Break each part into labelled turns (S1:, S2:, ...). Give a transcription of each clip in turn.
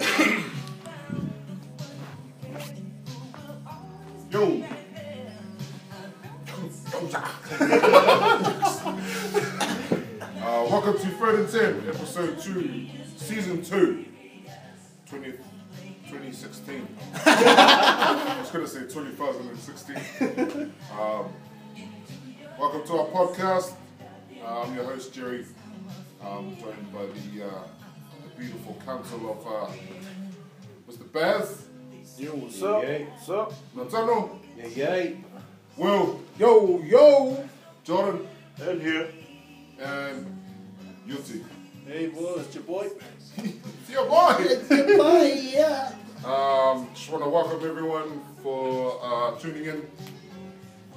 S1: Uh, 110, episode 2, season 2, 20, 2016. I was going to say 2016. Um, welcome to our podcast. Uh, I'm your host, Jerry. I'm joined by the, uh, the beautiful council of uh, Mr. Baz,
S2: Yo, what's
S3: Yeah,
S2: up?
S3: yeah.
S2: What's up?
S1: Nantano,
S3: Yeah, yeah.
S1: Will,
S2: Yo, yo.
S1: Jordan, um,
S2: In here.
S1: and Yuti.
S2: Hey, boy, it's your boy.
S1: It's your boy!
S2: boy, yeah.
S1: Um, just want to welcome everyone for uh, tuning in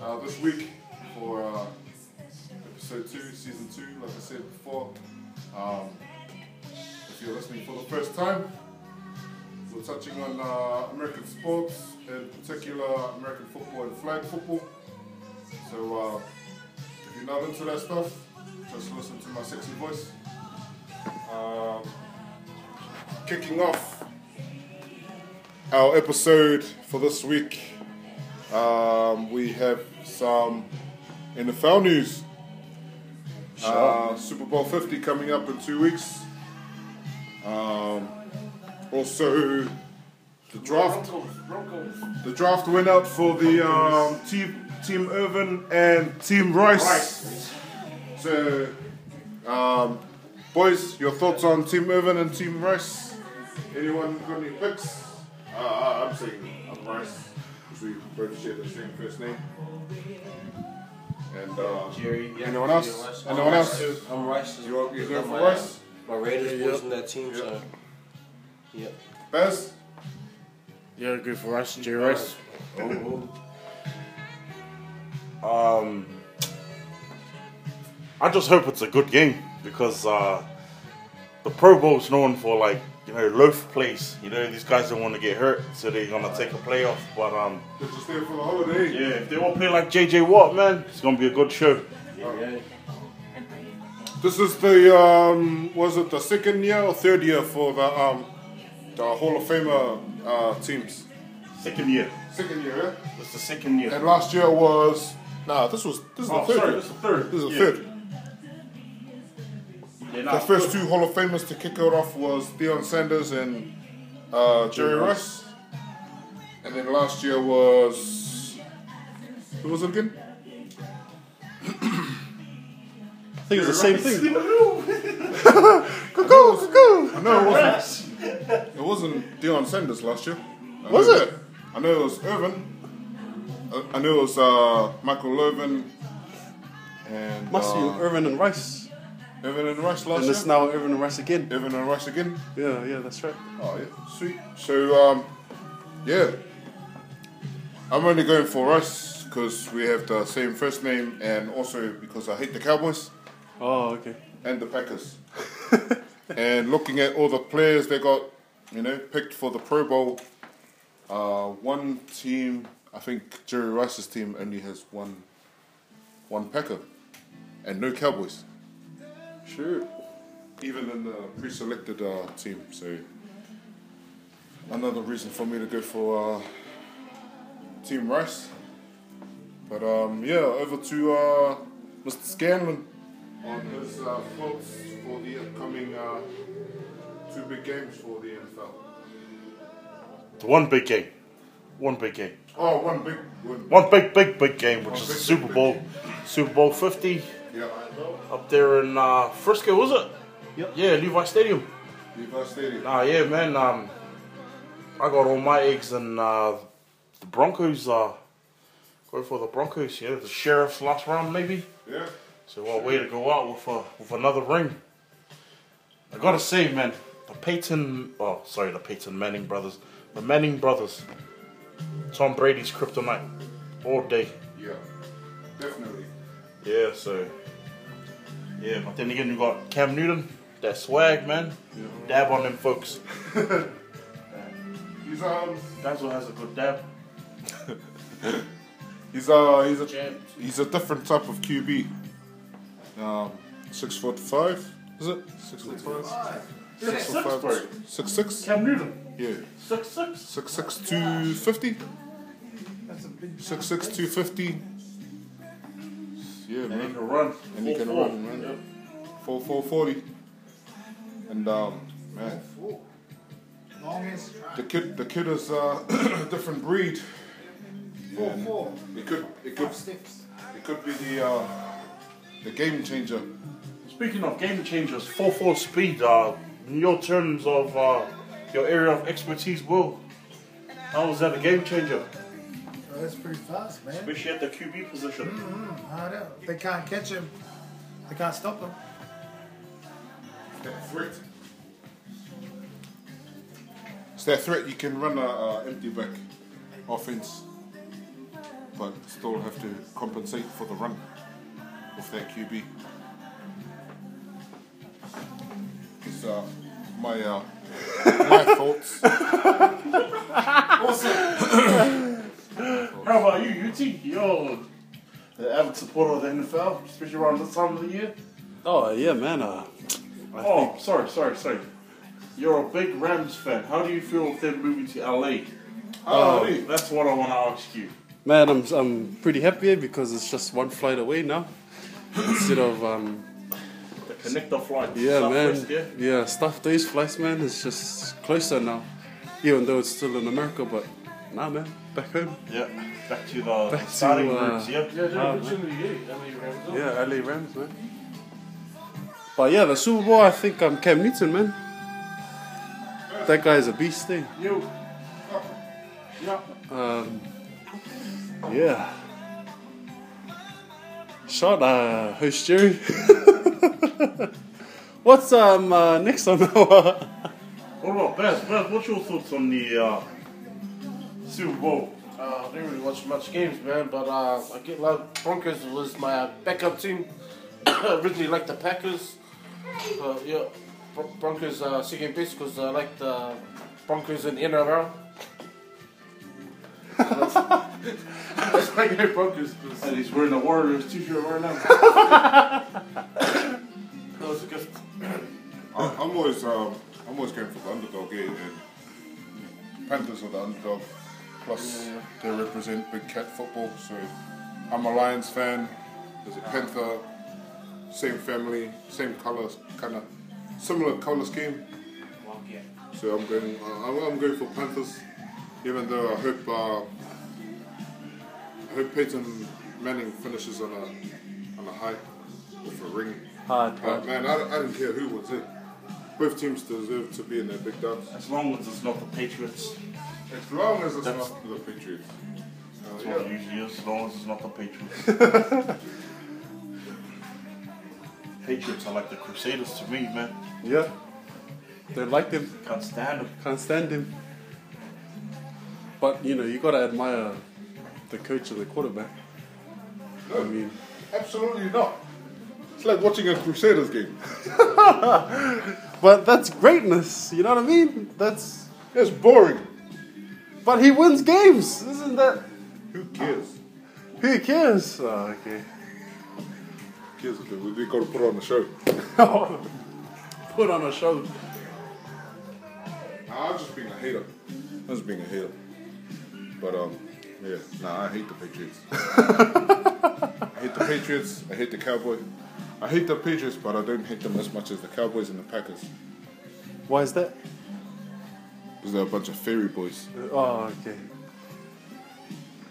S1: uh, this week for uh, episode two, season two. Like I said before, um, if you're listening for the first time, we're touching on uh, American sports, in particular American football and flag football. So uh, if you're not into that stuff, just listen to my sexy voice. Um, kicking off our episode for this week. Um, we have some NFL news. Uh, Super Bowl 50 coming up in two weeks. Um, also, the draft.
S2: Broncos, Broncos.
S1: The draft went out for the um, team, team Irvin and Team Rice. So, um, boys, your thoughts on Team Irvin and Team Rice? Anyone got any picks? Uh, I- I'm saying I'm Rice because we both share the same first name. And uh,
S3: Jerry. Yeah.
S1: Anyone else?
S3: Yeah, Rice.
S1: Anyone
S3: I'm
S1: else?
S3: Rice. I'm Rice.
S1: You want- you going for
S3: my,
S1: Rice?
S3: My Raiders
S2: Yeah,
S3: was in that team, so. Yep.
S1: Baz,
S2: Yeah, good for us, Jerry Rice.
S3: Oh,
S4: Um, I just hope it's a good game because uh, the Pro Bowl's known for like you know loaf plays. You know these guys don't want to get hurt, so they're gonna take a playoff. But um,
S1: they're just there for the holiday.
S4: yeah, if they all play like JJ Watt, man, it's gonna be a good show.
S3: Yeah, yeah.
S1: This is the um, was it the second year or third year for the um, the Hall of Famer uh, teams?
S4: Second year,
S1: Second year, eh?
S4: it's the second year.
S1: and last year was nah. This was this is
S4: Oh,
S1: the third.
S4: sorry,
S1: year.
S4: this is the third.
S1: This is the
S4: Yeah.
S1: third.
S4: Yeah, nah,
S1: The first two Hall of Famers to kick it off was Deion Sanders and uh, Jerry Rice, and then last year was who was it again?
S4: I think it's the same thing.
S1: Cuckoo, cuckoo. I know it wasn't. It wasn't Deion Sanders last year. I
S4: Was
S1: know-
S4: it?
S1: I know it was Irvin. I- I know it was uh, Michael Irvin and
S5: Must be
S1: uh,
S5: Irvin and Rice.
S1: Irvin and Rush last
S5: And it's
S1: year.
S5: now Irvin and Rice again.
S1: Irvin and Rush again.
S5: Yeah, yeah, that's right.
S1: Oh yeah, sweet. So um, yeah, I'm only going for Russ because we have the same first name, and also because I hate the Cowboys
S5: Oh, okay.
S1: and the Packers. and looking at all the players they got, you know, picked for the Pro Bowl, uh, one team, I think Jerry Rice's team only has one, one Packer, and no Cowboys,
S5: Sure.
S1: even in the pre-selected uh, team. So another reason for me to go for uh, Team Rice. But um, yeah, over to uh, Mr. Scanlon on his uh, thoughts for the upcoming uh, two big games for the NFL.
S4: One big game, one big game,
S1: Oh, one big one.
S4: one big big big game, which
S1: One
S4: is
S1: big,
S4: the
S1: big,
S4: Super
S1: big
S4: Bowl, Super Bowl Fifty
S1: Yeah,
S4: up there in uh, Frisco, was it?
S5: Yep.
S4: Yeah, Levi Stadium.
S1: Levi Stadium.
S4: Nah, yeah, man. Um, I got all my eggs in uh, the Broncos. Uh, go for the Broncos. Yeah, the Sheriffs last round maybe.
S1: Yeah,
S4: So what way to go out with a, with another ring? I gotta say, man, the Peyton. Oh, sorry, the Peyton Manning brothers. The Manning brothers. Tom Brady's kryptonite all day.
S1: yeah, definitely.
S4: Yeah, so. Yeah, but then again, you got Cam Newton. That swag, man. Dab on them folks.
S1: He's um,
S4: Dazzle has a good dab.
S1: he's uh, he's a he's a different type of QB. Um, six foot five, is it? Six foot five. Six foot five. Six six.
S4: Cam Newton,
S1: Yeah,
S4: six six.
S1: six six two fifty. Six six two fifty. Yeah,
S4: And he
S1: man.
S4: can run.
S1: And he can
S4: Four,
S1: run,
S4: four.
S1: man. Four four forty. And um, man,
S6: Longest track.
S1: the kid, the kid is uh, a different breed.
S6: Four, four.
S1: It could, it could,
S6: Five sticks.
S1: it could be the uh, the game changer.
S4: Speaking of game changers, 4 4 speed, uh, in your terms of uh, your area of expertise, Will, how was that a game changer?
S6: Oh, that's pretty fast, man.
S4: Especially at the QB position.
S6: I know. They can't catch him. They can't stop him.
S1: That threat. It's that threat you can run a uh, empty back offense, but still have to compensate for the run of that QB. It's uh, my uh, my thoughts.
S4: How about you, UT? You're the avid supporter of the NFL, especially around this time of the year.
S5: Oh yeah, man. Uh, I
S4: oh,
S5: think
S4: sorry, sorry, sorry. You're a big Rams fan. How do you feel with them moving to LA?
S1: Oh,
S4: That's what I want to ask you.
S5: man, I'm I'm pretty happy because it's just one flight away now, instead of um
S4: The connector flight.
S5: yeah
S4: Southwest,
S5: man yeah stuff these flights man is just closer now, even though it's still in America but nah man back home
S4: Yeah. Yeah. Back to the
S5: Back to,
S4: starting
S5: uh,
S4: groups, yeah?
S2: Yeah, they're
S5: Ah,
S2: originally eight. I mean, you have them.
S5: yeah LA Rams man. But yeah, the Super Bowl I think um Cam Newton man. That guy's a beast eh? thing.
S2: You. Yeah.
S5: Um, yeah. Shot, uh, host Jerry. What's um uh, next on our?
S4: What about Baz? Baz, what's your thoughts on the uh, Super Bowl?
S2: Uh, I didn't really watch much games, man, but uh, I get like Broncos was my backup team. Originally like the Packers, but yeah, Bro- Broncos uh, second best because I like the Broncos in NRL. That's why I get Broncos 'cause
S4: And he's wearing a Warriors t-shirt right now.
S2: that was a gift.
S1: I- I'm always um, I'm always going for the underdog here, and Panthers are the underdog. Plus, they represent Big Cat football, so I'm a Lions fan. There's a Panther, same family, same colours, kind of similar colour scheme. So I'm going uh, I'm, I'm going for Panthers, even though I hope uh, I hope Peyton Manning finishes on a on a high with a ring.
S5: Hard,
S1: Uh, man, I, I didn't care who was it. Both teams deserve to be in that big dance.
S4: As long as it's not the Patriots.
S1: As long as it's
S4: That's-
S1: not the Patriots. Uh,
S4: That's what it
S1: yeah.
S4: usually is, as long as it's not the Patriots. Patriots are like the Crusaders to me, man.
S5: Yeah. Don't like them.
S4: Can't stand them.
S5: Can't stand them. But you know you gotta admire the coach and the quarterback. I mean,
S1: Absolutely not. It's like watching a Crusaders game.
S5: but that's greatness. You know what I mean? That's.
S1: It's boring.
S5: But he wins games, isn't that?
S1: Who cares?
S5: Who cares? Oh, okay.
S1: Who cares if they, we got to put on the show.
S5: Put on a show.
S1: Nah, I'm just being a hater. I'm just being a hater. But, um, yeah, nah, I hate the Patriots. I hate the Patriots. I hate the Cowboys. I hate the Patriots, but I don't hate them as much as the Cowboys and the Packers.
S5: Why is that?
S1: Because they're a bunch of fairy boys.
S5: Oh, okay.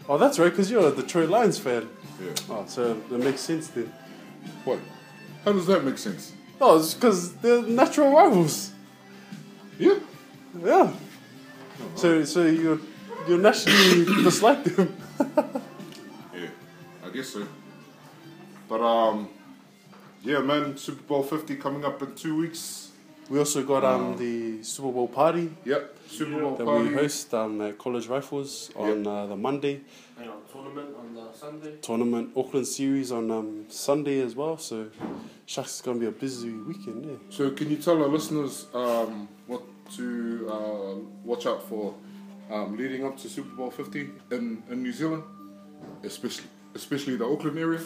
S5: Oh, that's right, because you're a Detroit Lions fan.
S1: Yeah.
S5: Oh, so that makes sense then.
S1: What? How does that make sense?
S5: Oh, it's because they're natural rivals.
S1: Yeah.
S5: Yeah. So, so you you naturally dislike them.
S1: Yeah, I guess so. But um, yeah, man, Super Bowl Fifty coming up in two weeks.
S5: We also got um the Super Bowl party
S1: Yep, Super Bowl
S5: that
S1: party.
S5: we host um, at College Rifles on uh, the Monday
S2: You know, tournament on the Sunday.
S5: tournament, Auckland series on um, Sunday as well. So, shucks, it's gonna be a busy weekend. Yeah.
S1: So can you tell our listeners um what to uh, watch out for um, leading up to Super Bowl Fifty in, in New Zealand, especially especially the Auckland area.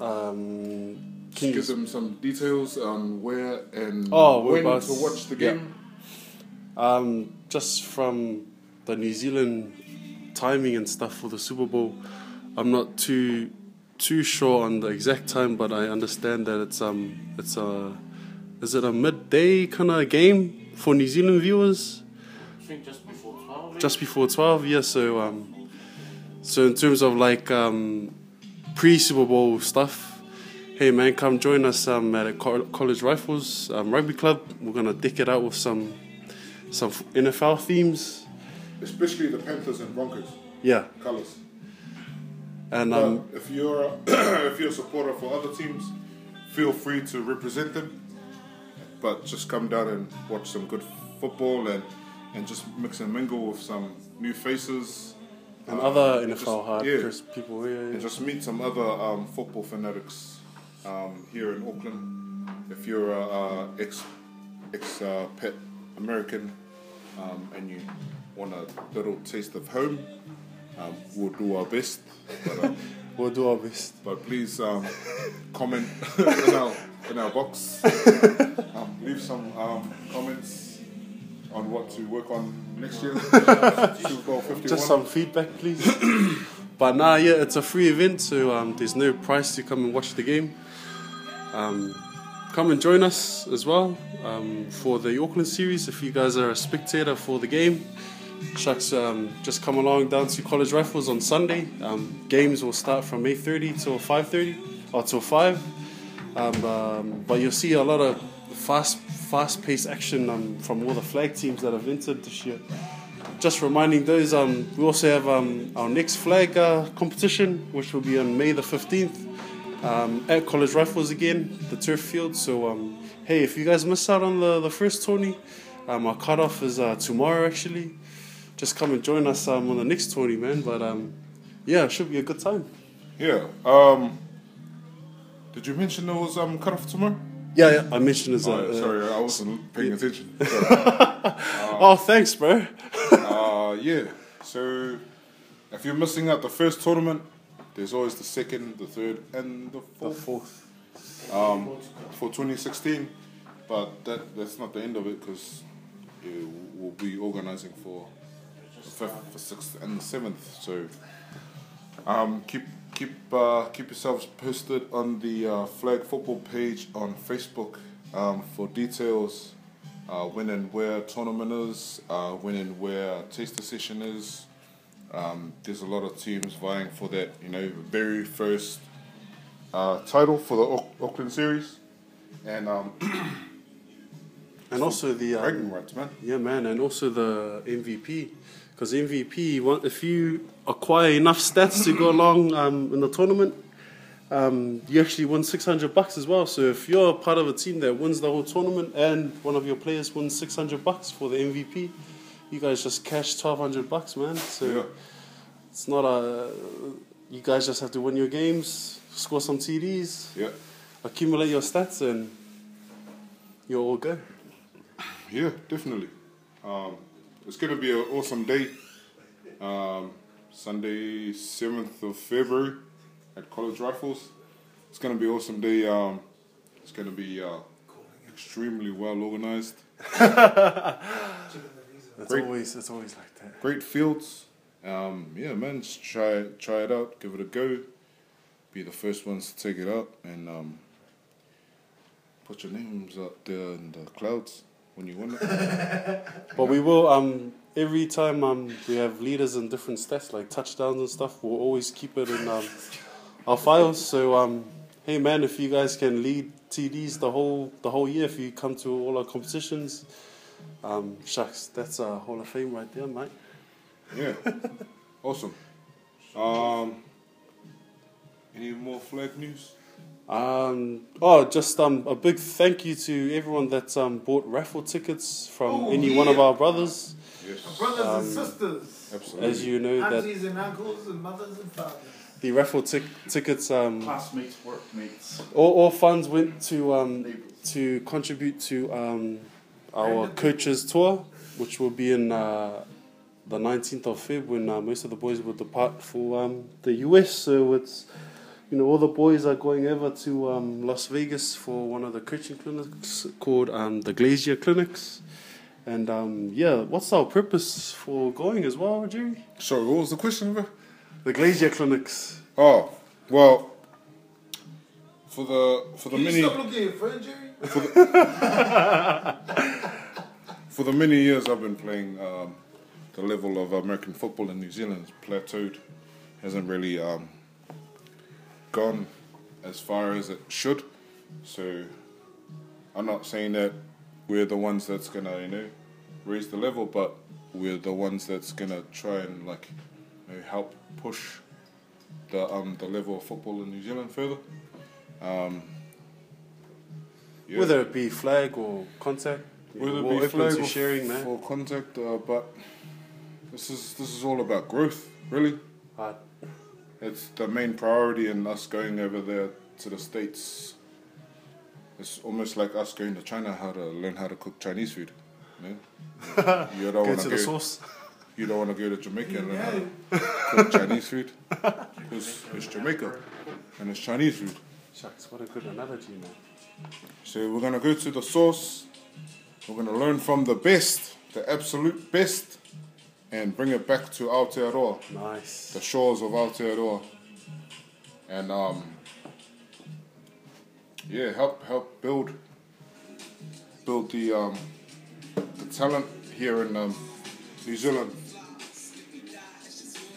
S5: Um, can
S1: Just
S5: you
S1: give them some details on where and
S5: Oh, we're
S1: when
S5: about-
S1: to watch the
S5: yeah.
S1: game.
S5: Um, just from the New Zealand timing and stuff for the Super Bowl, I'm not too too sure on the exact time, but I understand that it's um it's uh Is it a midday kind of game for New Zealand viewers?
S2: I think just before 12.
S5: just before 12 yeah so um so in terms of like um pre super bowl stuff hey man come join us um at a co- college rifles um, rugby club we're gonna dick it out with some some nfl themes
S1: Especially the Panthers and Broncos
S5: yeah
S1: colours.
S5: and
S1: But
S5: um
S1: if you're a, if you're a supporter for other teams, feel free to represent them. But just come down and watch some good football and and just mix and mingle with some new faces
S5: and
S1: uh,
S5: other
S1: and just-
S5: nfl hard
S1: yeah.
S5: crisp people yeah,
S1: and
S5: yeah.
S1: just meet some other um, football fanatics um, here in Auckland. If you're a uh, ex ex uh, pet American um, and you want a little taste of home, um, we'll do our best. But, um,
S5: we'll do our best
S1: but please um, comment in our in our box. Um, leave some um, comments on what to work on next year. Super Bowl 51.
S5: just some feedback please but nah yeah it's a free event so um there's no price to come and watch the game um come and join us as well um, for the Auckland series if you guys are a spectator for the game shucks um, just come along down to college rifles on Sunday um, games will start from 8.30 till 5.30 or till 5 um, um, but you'll see a lot of fast fast paced action um, from all the flag teams that have entered this year just reminding those, um, we also have um, our next flag uh, competition, which will be on May the 15th um, at College Rifles again, the turf field. So, um, hey, if you guys miss out on the, the first tourney, um, our cutoff is uh, tomorrow actually. Just come and join us um, on the next tourney, man. But um, yeah, it should be a good time.
S1: Yeah. Um, did you mention there was um, cut off tomorrow?
S5: Yeah, yeah. I mentioned as a.
S1: Oh,
S5: uh,
S1: sorry, I wasn't paying attention. Sorry.
S5: oh, thanks, bro.
S1: uh, yeah. So if you're missing out the first tournament, there's always the second, the third, and the fourth.
S5: Fourth.
S1: um, for 2016, but that that's not the end of it because we'll be organising for the fifth, the sixth, and the seventh. So um, keep keep uh, keep yourselves posted on the uh, flag football page on Facebook um, for details. Uh, when and where tournament is, uh, when and where taster session is. Um, there's a lot of teams vying for that, you know, very first uh, title for the Au- Auckland series, and um,
S5: And also the. Um,
S1: bragging rights, man.
S5: Yeah, man, and also the MVP, because MVP, one- if you acquire enough stats to go along um, in the tournament, um, you actually win six hundred bucks as well. So if you're part of a team that wins the whole tournament and one of your players wins six hundred bucks for the MVP, you guys just cash twelve hundred bucks, man. So
S1: Yeah,
S5: it's not a. You guys just have to win your games, score some TDs,
S1: yeah,
S5: accumulate your stats, and you're all good.
S1: yeah, definitely. Um, it's gonna be an awesome day. Um, Sunday, seventh of February, at College Rifles. It's gonna be an awesome day. Um, it's gonna be uh, extremely well organized.
S5: It's
S1: Great.
S5: always it's always like that.
S1: great fields. Um, yeah, man, just try try it out, give it a go. Be the first ones to take it up and um, put your names up there in the clouds when you win it.
S5: But we will um every time um we have leaders in different stats like touchdowns and stuff, we'll always keep it in um our files. So um hey man, if you guys can lead TDs the whole the whole year if you come to all our competitions, um shucks, that's a hall of fame right there, mate.
S1: yeah, awesome. Um, any more flag news?
S5: Um, oh, just um, a big thank you to everyone that um, bought raffle tickets from
S6: Oh,
S5: any one of
S6: yeah.
S5: our brothers.
S1: Yes,
S6: Brothers and sisters,
S1: absolutely.
S5: As you know, that
S6: aunties and uncles, and mothers and fathers.
S5: the raffle tic- tickets um,
S3: Classmates, workmates,
S5: All, all funds went to um, to contribute to um, our coaches tour, which will be in uh, the nineteenth of Feb when uh, most of the boys will depart for um, the US. So it's you know all the boys are going over to um, Las Vegas for one of the coaching clinics called um, the Glacier Clinics. And um, yeah, what's our purpose for going as well, Jerry?
S1: Sorry, what was the question, bro?
S5: The Glacier Clinics.
S1: Oh, well, for the for the
S6: Can you
S1: mini.
S6: stop looking at your phone, Jerry?
S1: For the many years I've been playing, um, the level of American football in New Zealand has plateaued, hasn't really um, gone as far as it should. So I'm not saying that we're the ones that's gonna you know raise the level, but we're the ones that's gonna try and like you know, help push the um, the level of football in New Zealand further. Um, yeah.
S5: Whether it be flag or contact, yeah,
S1: Whether it
S5: we're
S1: be
S5: open
S1: flag
S5: to
S1: or
S5: sharing, man.
S1: for contact, uh, but this is this is all about growth, really.
S5: Hard.
S1: It's the main priority in us going over there to the states. It's almost like us going to China how to learn how to cook Chinese food. You, know? you don't
S5: Go
S1: want
S5: to
S1: to
S5: the
S1: go.
S5: source.
S1: You don't want to go to Jamaica and learn how to cook Chinese food. 'Cause it's Jamaica and it's Chinese food.
S5: Shucks, what a good analogy, man.
S1: So we're gonna go to the source. We're gonna learn from the best, the absolute best, and bring it back to Aotearoa,
S5: Nice.
S1: the shores of Aotearoa, and um, yeah, help help build build the um, the talent here in um, New Zealand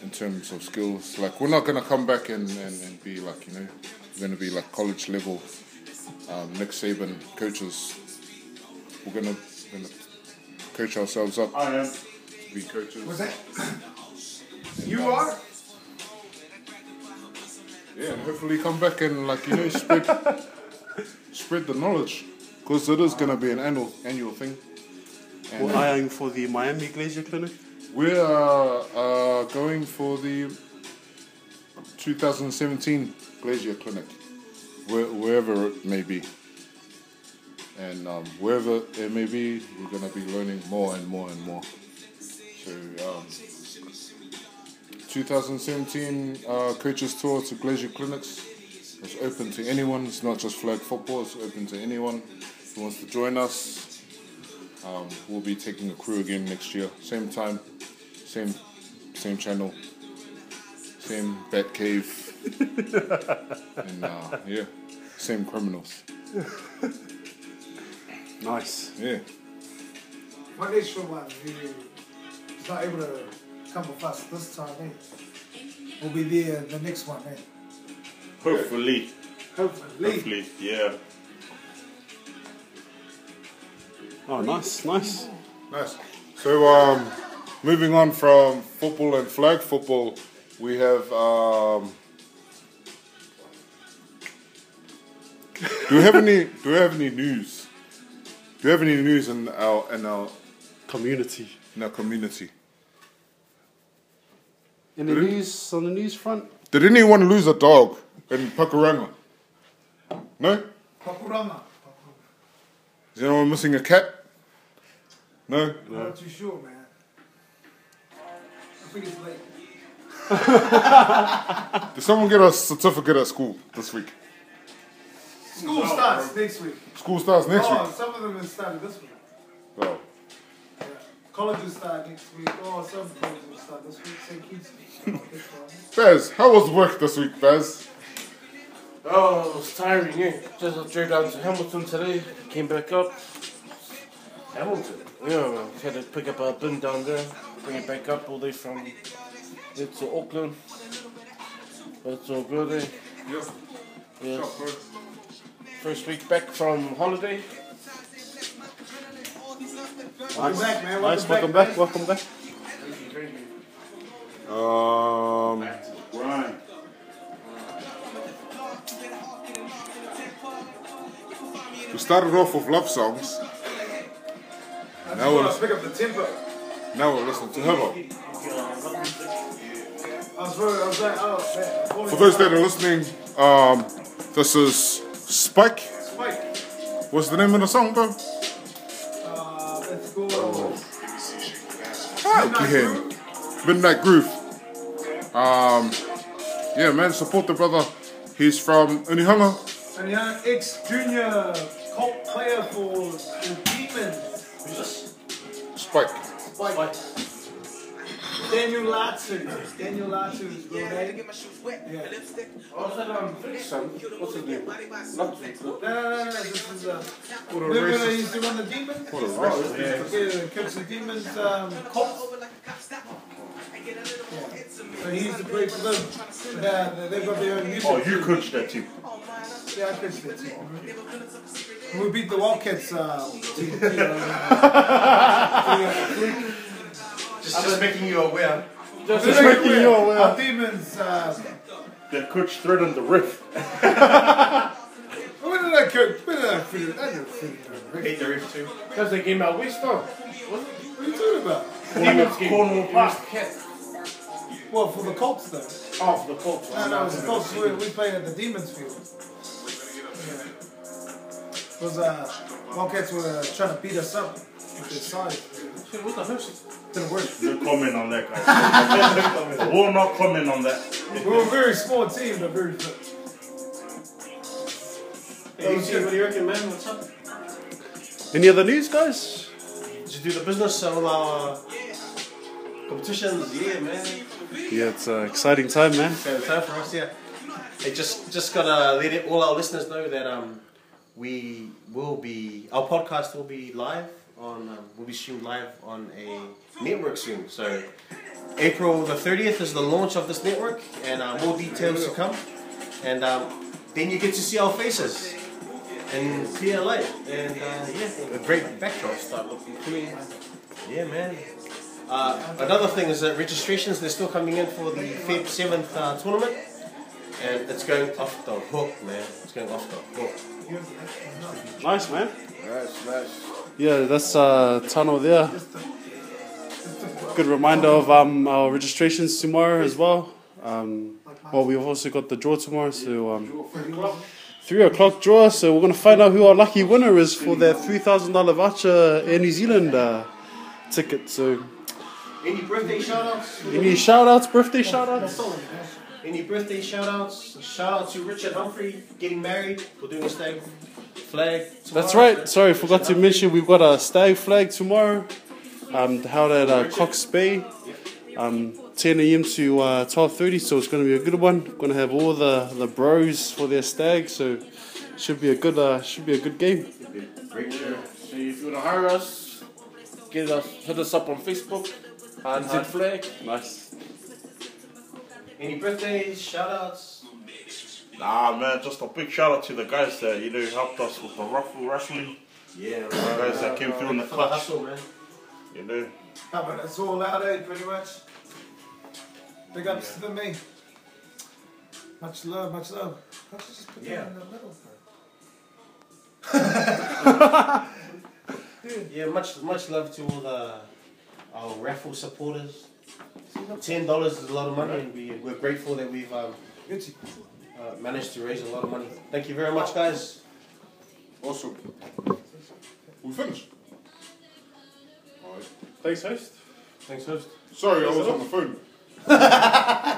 S1: in terms of skills. Like we're not gonna come back and, and, and be like you know we're gonna be like college level um, Nick Saban coaches. We're gonna, gonna coach ourselves up
S4: I am.
S1: to be coaches.
S6: Was that? you are?
S1: Yeah, and hopefully come back and like you know spread spread the knowledge because it is gonna be an annual annual thing. And
S5: We're eyeing for the Miami Glacier Clinic.
S1: we are uh, going for the 2017 Glacier Clinic, where, wherever it may be. And um, wherever it may be, we're going to be learning more and more and more. So, um, 2017 uh, Coaches Tour to Glacier Clinics is open to anyone. It's not just flag football, it's open to anyone who wants to join us. Um, we'll be taking a crew again next year. Same time, same same channel, same bat cave, and uh, yeah, same criminals.
S5: Nice.
S1: Yeah,
S6: What is your one who is not able to come with us this time, eh? We'll be there the next one, eh?
S4: Hopefully.
S6: Hopefully.
S4: Hopefully, yeah.
S5: Oh, nice, nice.
S1: nice. So um, moving on from football and flag football, we have. Um, do we have any? Do we have any news? Do we have any news in our in our
S5: Community.
S1: in our community?
S5: In the news, on the news front,
S1: Did anyone lose a dog in Pakuranga? No?
S6: Pakuranga.
S1: Is anyone missing a cat? No?
S6: I'm not too sure, man. I think it's late.
S1: Did someone get a certificate at school this week?
S6: School starts next week.
S1: School starts next
S6: oh,
S1: week.
S6: some of them have started this week.
S1: Well,
S6: Yeah. Colleges start next week. Oh, some colleges start this week. St. Kitts. Oh, that's fine.
S1: Baz, how was work this week, Baz?
S2: Oh, it was tiring, yeah. Just I drove down to Hamilton today, came back up. Hamilton? Yeah, man. Had to pick up a bin down there, bring it back up all the way from there to Auckland. But it's all good, eh?
S1: Yeah.
S2: Yeah. First week back from holiday.
S6: Welcome back, man. Welcome
S5: nice. Welcome
S6: back.
S5: back, welcome back.
S1: Um,
S4: Right.
S1: we started off with love songs. Now
S6: I just
S1: we're
S6: want to pick up the tempo.
S1: Now we're listening to Hello.
S6: I was, really, I was like, oh, man. Holy
S1: For those that are
S6: cow.
S1: listening, um, this is Spike.
S6: Spike.
S1: What's the name of the song, bro?
S6: Uh, let's go.
S1: Fuck yeah. Midnight Groove. Um, yeah, man, support the brother. He's from Unihanga.
S6: And yeah, ex-junior cult player for the Demons.
S1: Spike.
S6: Spike. Daniel Latsu. eh? Daniel Latsu's real
S7: Yeah, I had to
S6: name.
S7: get my shoes wet.
S6: Yeah.
S7: The lipstick.
S2: Oh, is that, um, son? What's his name?
S7: Body by
S2: Not
S7: Susan.
S2: too
S6: No, no, no, no, this is uh,
S1: What a
S6: remember when I
S1: racist.
S6: used to run the demons?
S5: What a
S6: Yeah, yeah, Kips the demons um,
S7: Turn the
S6: cult.
S7: car over like a cop stop. I get a little more intimate.
S6: So he used to play
S7: Sunday
S6: for
S7: when
S6: them.
S7: I'm trying to send her.
S6: Now, they- they've got their own music.
S4: Oh, you coached that team.
S7: Oh, man, I'm
S6: Yeah, I pitched it.
S7: never gonna talk a secret.
S6: We beat the Wildcats. Uh, team, you know.
S3: Just, just making you aware.
S2: Just
S5: making you aware.
S6: Our demons. Uh,
S4: Their coach threatened the ref.
S6: when did I coach? When did I feel it? I didn't feel it.
S3: Hate the ref too.
S2: That's the game out west, though.
S6: What are you talking about?
S2: Demons game.
S4: Cornwall Park.
S6: Well, for the Colts though.
S2: Oh, for the Colts.
S6: No, no, it was the Colts. We, we played at the Demons Field. Because uh, Wildcats were trying to beat us up with their side.
S2: Shit, what the hell?
S6: Didn't work.
S4: No comment on that, guys. I will not comment on that.
S6: We were a very small team, but very fit.
S3: Hey, see, what do you reckon, man? What's up?
S5: Any other news, guys?
S3: Did you do the business on our competitions? Yeah, man.
S5: Yeah, it's an exciting time, man.
S3: So it's time for us, yeah. Hey, just just gotta let it, all our listeners know that um, we will be our podcast will be live on um, will be streamed live on a network soon. So April the thirtieth is the launch of this network, and uh, more details to come. And um, then you get to see our faces and see our light and uh, yeah, a great backdrop. Start looking clean. Yeah, man. Uh, another thing is that registrations they're still coming in for the Feb seventh uh, tournament, and it's going off the hook, man. It's going off the hook.
S5: Nice, man. Yeah, that's uh, tunnel there. Good reminder of um, our registrations tomorrow as well. Um, well, we've also got the draw tomorrow, so um, three o'clock draw. So we're gonna find out who our lucky winner is for their three thousand dollar voucher Air New Zealand uh, ticket. So,
S3: Any birthday shout outs?
S5: any shout outs, birthday shout outs?
S3: Any birthday shout outs? Shout out to Richard Humphrey getting married. We're doing a stag flag. Tomorrow.
S5: That's right. Sorry, forgot to mention we've got a stag flag tomorrow. Um, held at uh, Cox Bay, um, 10 a.m. to uh, 12:30. So it's going to be a good one. Going to have all the, the bros for their stag. So should be a good uh, should be a good game.
S3: Great show.
S2: So if you wanna hire us, get us hit us up on Facebook. Hard hard flag.
S5: Nice.
S3: Any birthday shout outs?
S4: Nah, man, just a big shout out to the guys that, you know, helped us with the ruffle wrestling.
S3: Yeah,
S4: The guys that came through in the
S3: For the
S4: clutch,
S3: hustle, man.
S4: you know.
S6: Ah, but it's all out, eh, pretty much. Big ups to the me. Much love, much love. Why don't you just put that
S3: Yeah.
S6: in the middle, bro?
S3: Yeah, much much love to all the our raffle supporters. Ten dollars is a lot of money, and we, we're grateful that we've um,
S6: Gucci.
S3: uh, managed to raise a lot of money. Thank you very much, guys.
S1: Awesome. We finished. Alright.
S5: Thanks, host.
S3: Thanks, host.
S1: Sorry, I was on the phone.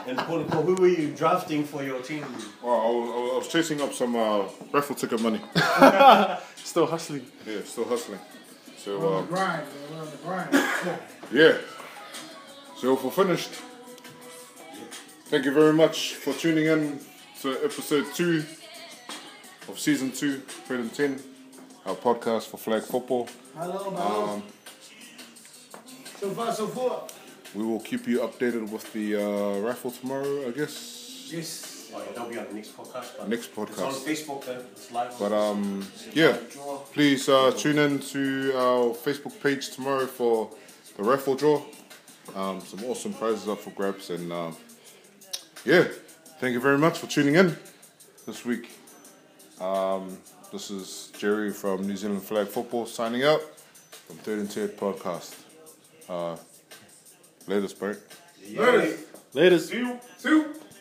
S3: And Paul, Paul, who were you drafting for your team? Oh,
S1: Well, I was, I was chasing up some uh, raffle ticket money.
S5: Still hustling.
S1: Yeah, still hustling. So,
S6: We're on
S1: um,
S6: the grind, Oh, bro. We're on the grind. Cool.
S1: yeah. So, if we're finished, thank you very much for tuning in to episode two of season two, Fred and 10, our podcast for flag football.
S6: Hello, hello. so far, so forth.
S1: We will keep you updated with the uh, raffle tomorrow, I guess.
S6: Yes.
S3: Oh, yeah, that'll be on the next podcast. But
S1: Next
S3: It's on
S1: podcast.
S3: Facebook, though. It's live.
S1: But um, yeah, please uh, tune in to our Facebook page tomorrow for the raffle draw. Um, some awesome prizes up for grabs, and um, yeah, thank you very much for tuning in this week. Um, this is Jerry from New Zealand Flag Football signing out from Third and Third Podcast. Uh, latest, bro.
S6: Yeah.
S5: Laters.
S6: Two.